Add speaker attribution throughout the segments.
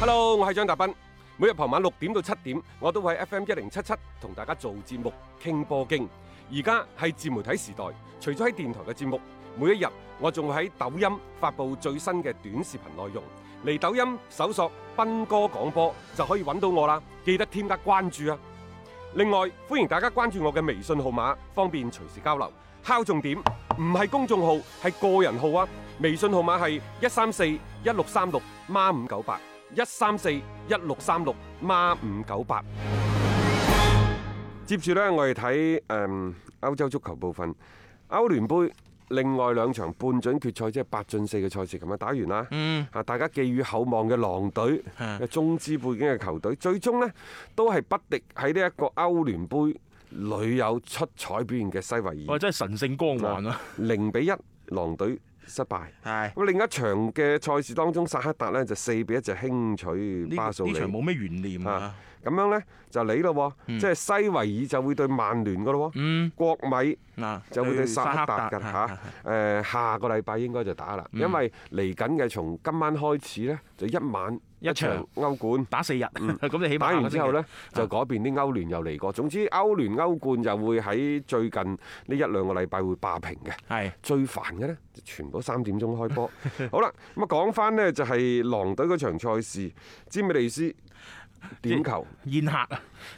Speaker 1: Hello，我係張達斌。每日傍晚六點到七點，我都會喺 FM 一零七七同大家做節目傾波經。而家係自媒體時代，除咗喺電台嘅節目，每一日我仲會喺抖音發布最新嘅短視頻內容。嚟抖音搜索斌哥廣播就可以揾到我啦，記得添加關注啊！另外，歡迎大家關注我嘅微信號碼，方便隨時交流。敲重點，唔係公眾號，係個人號啊！微信號碼係一三四一六三六孖五九八，一三四一六三六孖五九八。接住呢，我哋睇誒歐洲足球部分，歐聯杯另外兩場半準決賽，即係八進四嘅賽事，琴日打完啦。
Speaker 2: 嗯，
Speaker 1: 啊！大家寄予厚望嘅狼隊
Speaker 2: 啊
Speaker 1: 嘅中資背景嘅球隊，最終呢都係不敵喺呢一個歐聯杯屢有出彩表現嘅西維
Speaker 2: 哇！
Speaker 1: 爾，
Speaker 2: 真係神聖光環啊！
Speaker 1: 零比一狼隊失敗。
Speaker 2: 係
Speaker 1: 咁另一場嘅賽事當中，薩克達呢就四比一就輕取
Speaker 2: 呢
Speaker 1: 巴素
Speaker 2: 呢
Speaker 1: 利。
Speaker 2: 場冇咩懸念啊！
Speaker 1: 咁樣呢就你咯喎，即係西維爾就會對曼聯噶咯喎，
Speaker 2: 嗯，
Speaker 1: 國米。
Speaker 2: 嗱，
Speaker 1: 就會對
Speaker 2: 對
Speaker 1: 薩克達
Speaker 2: 薩
Speaker 1: 㗎
Speaker 2: 克
Speaker 1: 嚇，誒下個禮拜應該就打
Speaker 2: 嗯
Speaker 1: 啦，因為嚟緊嘅從今晚開始呢，就一晚
Speaker 2: 一場
Speaker 1: 歐冠，
Speaker 2: 嗯打啊四日， 咁你起碼
Speaker 1: 打
Speaker 2: 下
Speaker 1: 完
Speaker 2: 個星期
Speaker 1: 之後呢，就嗰邊啲歐聯又嚟過。總之歐聯歐冠就會喺最近呢一兩個禮拜會霸屏嘅。
Speaker 2: 係
Speaker 1: 最煩嘅呢，就全部三點鐘開 波。好啦，咁啊講翻呢，就係狼隊嗰場賽事，詹美利斯點球，
Speaker 2: 宴客啊！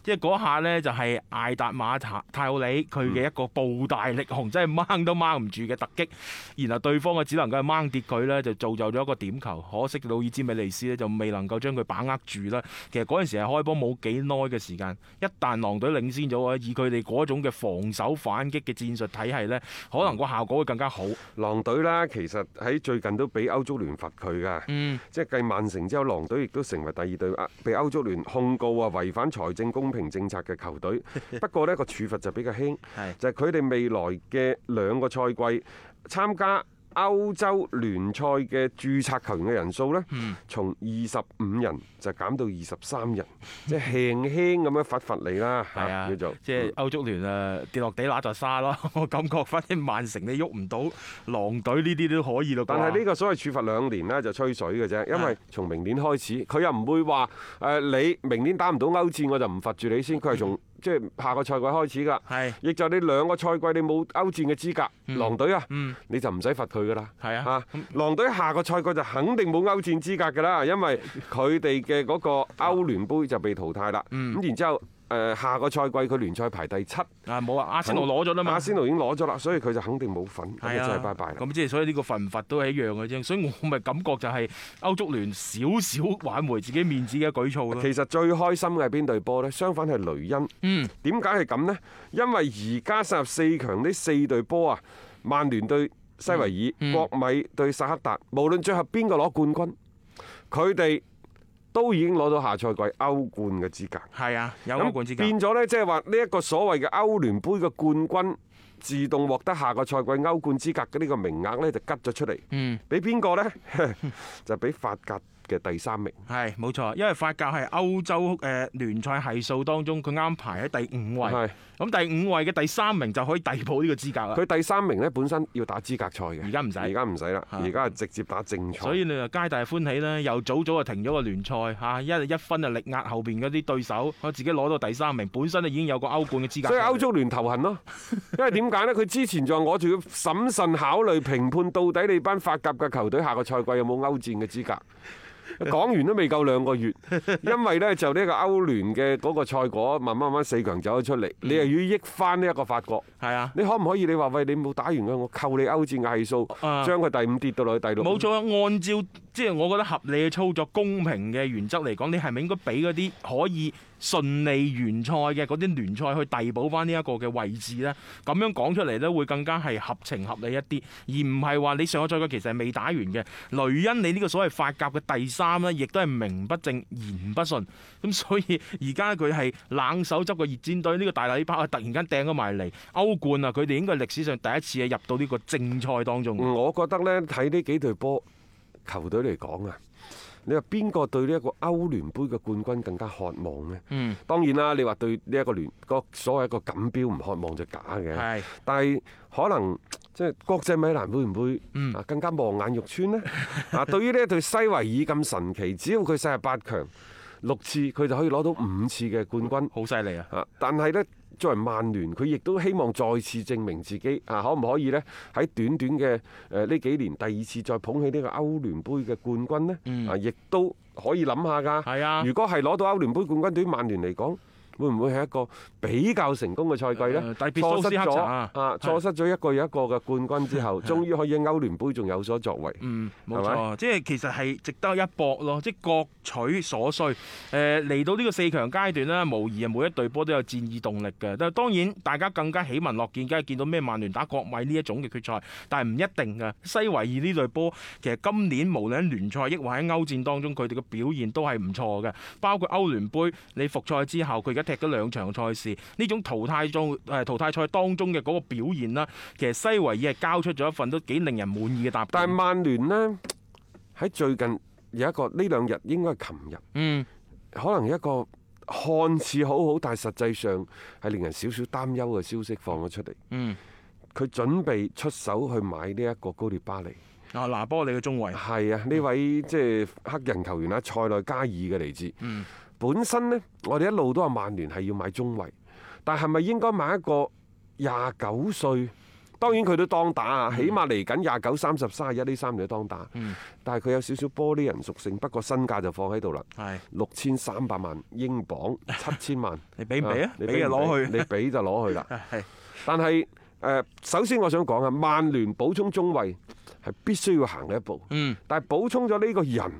Speaker 2: 即係嗰下呢，就係艾達馬塔泰奧里佢嘅一個暴大力雄，真係掹都掹唔住嘅突擊，然後對方嘅只能夠係掹跌佢呢，就造就咗一個點球。可惜魯爾詹美利斯呢，就未能夠將佢把握住啦。其實嗰陣時係開波冇幾耐嘅時間，一旦狼隊領先咗啊，以佢哋嗰種嘅防守反擊嘅戰術體系呢，可能個效果會更加好。
Speaker 1: 狼隊啦，其實喺最近都俾歐足聯罰佢㗎。
Speaker 2: 嗯，
Speaker 1: 即係繼曼城之後，狼隊亦都成為第二隊啊被歐足聯控告啊違反財政公平政策嘅球 隊。不過呢個處罰就比較輕，
Speaker 2: 係
Speaker 1: 就係佢哋未來嘅兩個賽季參加歐洲聯賽嘅註冊球員嘅人數呢，從二十五人就減到二十三 人，即係輕輕咁樣罰罰你啦，
Speaker 2: 係啊，
Speaker 1: 叫做嗯
Speaker 2: 即係歐足聯啊，跌落地揦就沙啦。我 感覺反正曼城你喐唔到，狼隊呢啲都可以咯啩。
Speaker 1: 但係呢個所謂處罰兩年呢，就吹水嘅啫，因為從明年開始，佢又唔會話誒、你明年打唔到歐戰，我就唔罰住你先。佢係從即係下個賽季開始㗎，
Speaker 2: 係
Speaker 1: 亦就你兩個賽季你冇歐戰嘅資格，狼隊啊，
Speaker 2: 嗯
Speaker 1: 你就唔使罰佢㗎啦。
Speaker 2: 係啊，
Speaker 1: 嚇，狼隊下個賽季就肯定冇歐戰資格㗎啦，因為佢哋嘅嗰 個
Speaker 2: 啊
Speaker 1: 歐聯杯就被淘汰啦。咁、
Speaker 2: 嗯
Speaker 1: 然之後誒、呃下個賽季佢聯賽排第七，
Speaker 2: 啊冇啊，阿仙奴攞咗啦嘛
Speaker 1: 阿。仙奴已經攞咗啦，所以佢就肯定冇份，咁就
Speaker 2: 係
Speaker 1: 真係
Speaker 2: 啊，
Speaker 1: 拜拜啦。
Speaker 2: 咁即係所以呢個罰唔罰都係一樣嘅啫，所以我咪感覺就係歐足聯少少挽回自己面子嘅舉措咯。
Speaker 1: 其實最開心嘅係邊隊波呢？相反係雷恩。
Speaker 2: 嗯，
Speaker 1: 點解係咁呢？因為而家殺入四強呢四隊波啊，曼聯對西維爾、
Speaker 2: 嗯嗯
Speaker 1: 國米對薩克達，無論最後邊個攞冠軍，佢哋都已經攞到下賽季歐冠嘅資格。
Speaker 2: 係啊，有歐
Speaker 1: 咁
Speaker 2: 冠資格。
Speaker 1: 變咗呢，即係話呢一個所謂嘅歐聯杯嘅冠軍，自動獲得下個賽季歐冠資格嘅呢個名額呢，就吉咗出嚟。
Speaker 2: 嗯，
Speaker 1: 俾邊個呢？ 就俾法甲嘅第三名。
Speaker 2: 係冇錯，因為法甲係歐洲誒聯賽係數當中佢啱排喺第五位，
Speaker 1: 係
Speaker 2: 咁第五位嘅第三名就可以遞補呢個資格啦。
Speaker 1: 佢第三名呢，本身要打資格賽嘅，
Speaker 2: 而家唔使
Speaker 1: 而家唔使啦，
Speaker 2: 嚇
Speaker 1: 而家係直接打正賽。
Speaker 2: 所以你就皆大歡喜啦，又早早就停咗個聯賽嚇，一一分就力壓後邊嗰啲對手，我自己攞到第三名，本身就已經有個歐冠嘅資格。
Speaker 1: 所以歐足聯頭痕 咯，因為點解呢？佢之前就話我仲要審慎考慮評判到底你班法甲嘅球隊下個賽季有冇歐戰嘅資格。講完都未夠兩個 月，因為呢就呢個歐聯嘅嗰個賽果慢慢慢慢四強走咗出
Speaker 2: 嗯
Speaker 1: 嚟，你又要益翻呢一個法國，
Speaker 2: 係啊，
Speaker 1: 你可唔可以你話喂你冇打完嘅，我扣你歐戰嘅係數，
Speaker 2: 啊
Speaker 1: 將佢第五跌到落去第六？
Speaker 2: 冇錯啊。按照即係我覺得合理嘅操作、公平嘅原則嚟講，你係咪應該俾嗰啲可以順利完賽嘅嗰啲聯賽去遞補翻呢一個嘅位置呢？咁樣講出嚟呢，會更加係合情合理一啲，而唔係話你上個賽季其實係未打完嘅。雷恩你呢個所謂法甲嘅第三啊呢，亦都係名不正言不順。咁所以而家佢係冷手執個熱煎堆，呢、個大禮包啊，突然間掟咗埋嚟歐冠啊，佢哋應該係歷史上第一次啊入到呢個正賽當中。
Speaker 1: 我覺得呢，睇呢幾隊波球隊嚟講啊，你話邊個對呢一個歐聯杯嘅冠軍更加渴望呢？
Speaker 2: 嗯，
Speaker 1: 當然啦，你話對呢一個聯個所謂一個錦標唔渴望就假嘅，
Speaker 2: 係
Speaker 1: 但係可能即係國際米蘭會唔會
Speaker 2: 嗯
Speaker 1: 啊更加望眼欲穿 呢？啊，對於呢一隊西維爾咁神奇，只要佢殺入八強六次，佢就可以攞到五次嘅冠軍。
Speaker 2: 好犀利啊！
Speaker 1: 啊！但係呢，作為曼聯，佢亦都希望再次證明自己啊，可唔可以呢？喺短短嘅誒呢幾年，第二次再捧起呢個歐聯杯嘅冠軍呢，
Speaker 2: 嗯
Speaker 1: 啊，亦都可以諗下㗎。
Speaker 2: 係啊
Speaker 1: 如果係攞到歐聯杯冠軍，對於曼聯嚟講，會唔會係一個比較成功嘅賽季呢？
Speaker 2: 呃誒特別
Speaker 1: 錯
Speaker 2: 蘇
Speaker 1: 失
Speaker 2: 斯克
Speaker 1: 咗
Speaker 2: 查
Speaker 1: 啊
Speaker 2: 啊，
Speaker 1: 錯失咗一個又一個嘅冠軍之 後，終於可以喺歐聯杯仲有所作為。
Speaker 2: 嗯，冇
Speaker 1: 係咪
Speaker 2: 錯，即係其實係值得一搏咯，即係各取所需。誒、呃嚟到呢個四強階段啦，無疑啊每一隊波都有戰意動力嘅。但係當然大家更加喜聞樂見，梗係見到咩曼聯打國米呢一種嘅決賽，但係唔一定嘅。西維爾呢隊波其實今年無論喺聯賽抑或喺歐戰當中，佢哋嘅表現都係唔錯嘅。包括歐聯杯，你復賽之後，佢而家踢咗兩場賽事，呢種淘汰中誒淘汰賽當中嘅嗰個表現啦，其實西維爾係交出咗一份都幾令人滿意嘅答
Speaker 1: 但係
Speaker 2: 卷。
Speaker 1: 曼聯呢，喺最近有一個呢兩日應該係琴日。
Speaker 2: 嗯。
Speaker 1: 可能一個看似好好，但係實際上係令人少少擔憂嘅消息放咗出嚟。
Speaker 2: 嗯，
Speaker 1: 佢準備出手去買呢一個高列巴黎，
Speaker 2: 啊拿波利嘅中衞，
Speaker 1: 係啊，
Speaker 2: 嗯
Speaker 1: 呢位即係黑人球員啊，塞內加爾嘅嚟自。
Speaker 2: 嗯
Speaker 1: 本身呢，我哋一路都話曼聯係要買中衞，但係咪應該買一個廿九歲？當然佢都當打啊，起碼嚟緊廿九、三十、三十一呢三年都當打。
Speaker 2: 嗯
Speaker 1: 但係佢有少少玻璃人屬性，不過身價就放喺度啦。
Speaker 2: 係
Speaker 1: 六千三百萬英 鎊，七千萬，
Speaker 2: 你俾唔俾啊？
Speaker 1: 你
Speaker 2: 俾
Speaker 1: 唔
Speaker 2: 就攞去，。
Speaker 1: 你俾就攞去啦
Speaker 2: 係
Speaker 1: 但係誒、呃首先我想講啊，曼聯補充中衞係必須要行嘅一步，
Speaker 2: 嗯
Speaker 1: 但係補充咗呢個人，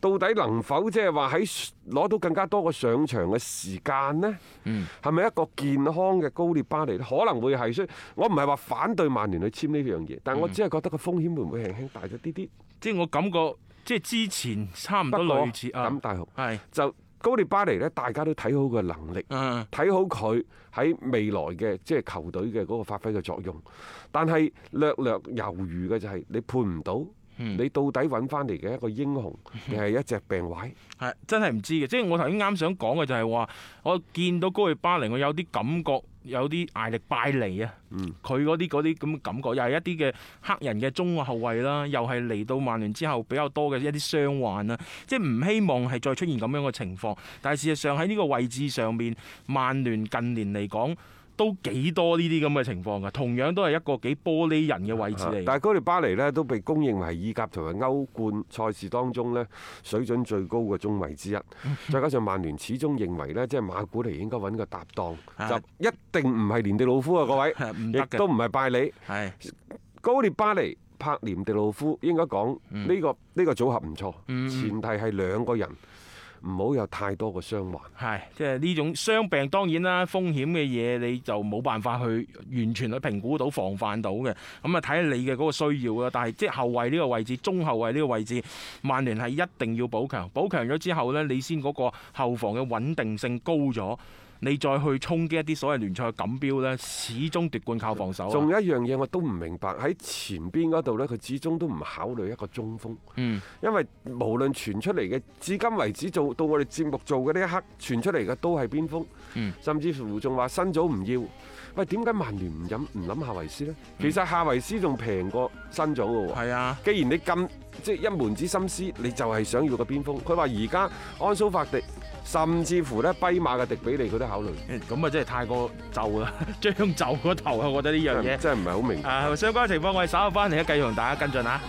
Speaker 1: 到底能否即係話喺攞到更加多個上場嘅時間呢？
Speaker 2: 嗯
Speaker 1: 係咪一個健康嘅高列巴黎呢可能會係，所以我唔係話反對曼聯去簽呢樣嘢，但我只係覺得個風險會唔會輕輕大咗啲啲？
Speaker 2: 即係我感覺即係之前差唔
Speaker 1: 不
Speaker 2: 多
Speaker 1: 過
Speaker 2: 類似啊
Speaker 1: 咁，大雄
Speaker 2: 係
Speaker 1: 就高列巴黎呢，大家都睇好佢嘅能力。
Speaker 2: 嗯
Speaker 1: 睇好佢喺未來嘅即係球隊嘅嗰個發揮嘅作用，但係略略猶豫嘅就係你判唔到，
Speaker 2: 嗯
Speaker 1: 你到底揾翻嚟嘅一個英雄，定係一隻病壞？
Speaker 2: 係真係唔知嘅，即係我頭先啱想講嘅就係話，我見到高爾巴黎，我有啲感覺有啲艾力拜尼啊，
Speaker 1: 嗯
Speaker 2: 佢嗰啲嗰啲咁嘅感覺，又係一啲嘅黑人嘅中後衞啦，又係嚟到曼聯之後比較多嘅一啲傷患啦，即係唔希望係再出現咁樣嘅情況。但係事實上喺呢個位置上面，曼聯近年嚟講都幾多呢啲咁嘅情況㗎，同樣都係一個幾玻璃人嘅位置嚟。
Speaker 1: 啊但係高列巴黎呢，都被公認為意甲同埋歐冠賽事當中呢水準最高嘅中衞之
Speaker 2: 嗯
Speaker 1: 一。再加上曼聯始終認為呢，即係馬古尼應該揾個搭檔，
Speaker 2: 啊
Speaker 1: 就一定唔係連地老夫啊，各位，
Speaker 2: 係唔得
Speaker 1: 亦都
Speaker 2: 嘅，
Speaker 1: 唔係拜你。
Speaker 2: 係
Speaker 1: 高列巴黎、柏廉迪路夫應該講呢、個呢、個組合唔錯，
Speaker 2: 嗯嗯嗯
Speaker 1: 前提係兩個人唔好有太多嘅傷患。
Speaker 2: 係，即係呢種傷病當然啦，風險嘅嘢你就冇辦法去完全去評估到、防範到嘅。咁啊，睇下你嘅嗰個需要啦。但係即係後衞呢個位置、中後衞呢個位置，曼聯係一定要補強。補強咗之後呢，你先嗰個後防嘅穩定性高咗，你再去衝擊一啲所謂聯賽嘅錦標呢，始終奪冠靠防守
Speaker 1: 仲有
Speaker 2: 啊。
Speaker 1: 一樣嘢我都唔明白，喺前邊嗰度呢，佢始終都唔考慮一個中鋒，
Speaker 2: 嗯，
Speaker 1: 因為無論傳出嚟嘅，至今為止做到我哋節目做嘅呢一刻，傳出嚟嘅都係邊鋒，
Speaker 2: 嗯
Speaker 1: 甚至乎仲話新組唔要。喂，點解曼聯唔飲唔諗夏維斯呢？其實夏維斯仲平過新組嘅喎。
Speaker 2: 嗯係啊，
Speaker 1: 既然你咁即係一門子心思，你就係想要個邊鋒。佢話而家安蘇法迪，甚至乎咧跛馬嘅迪比利，佢都考慮。
Speaker 2: 咁啊真係太過就啦，將就嗰頭啊，我覺得呢樣嘢。
Speaker 1: 真係唔係好明。
Speaker 2: 啊，相關情況我哋稍後翻嚟咧，繼續同大家跟進啊。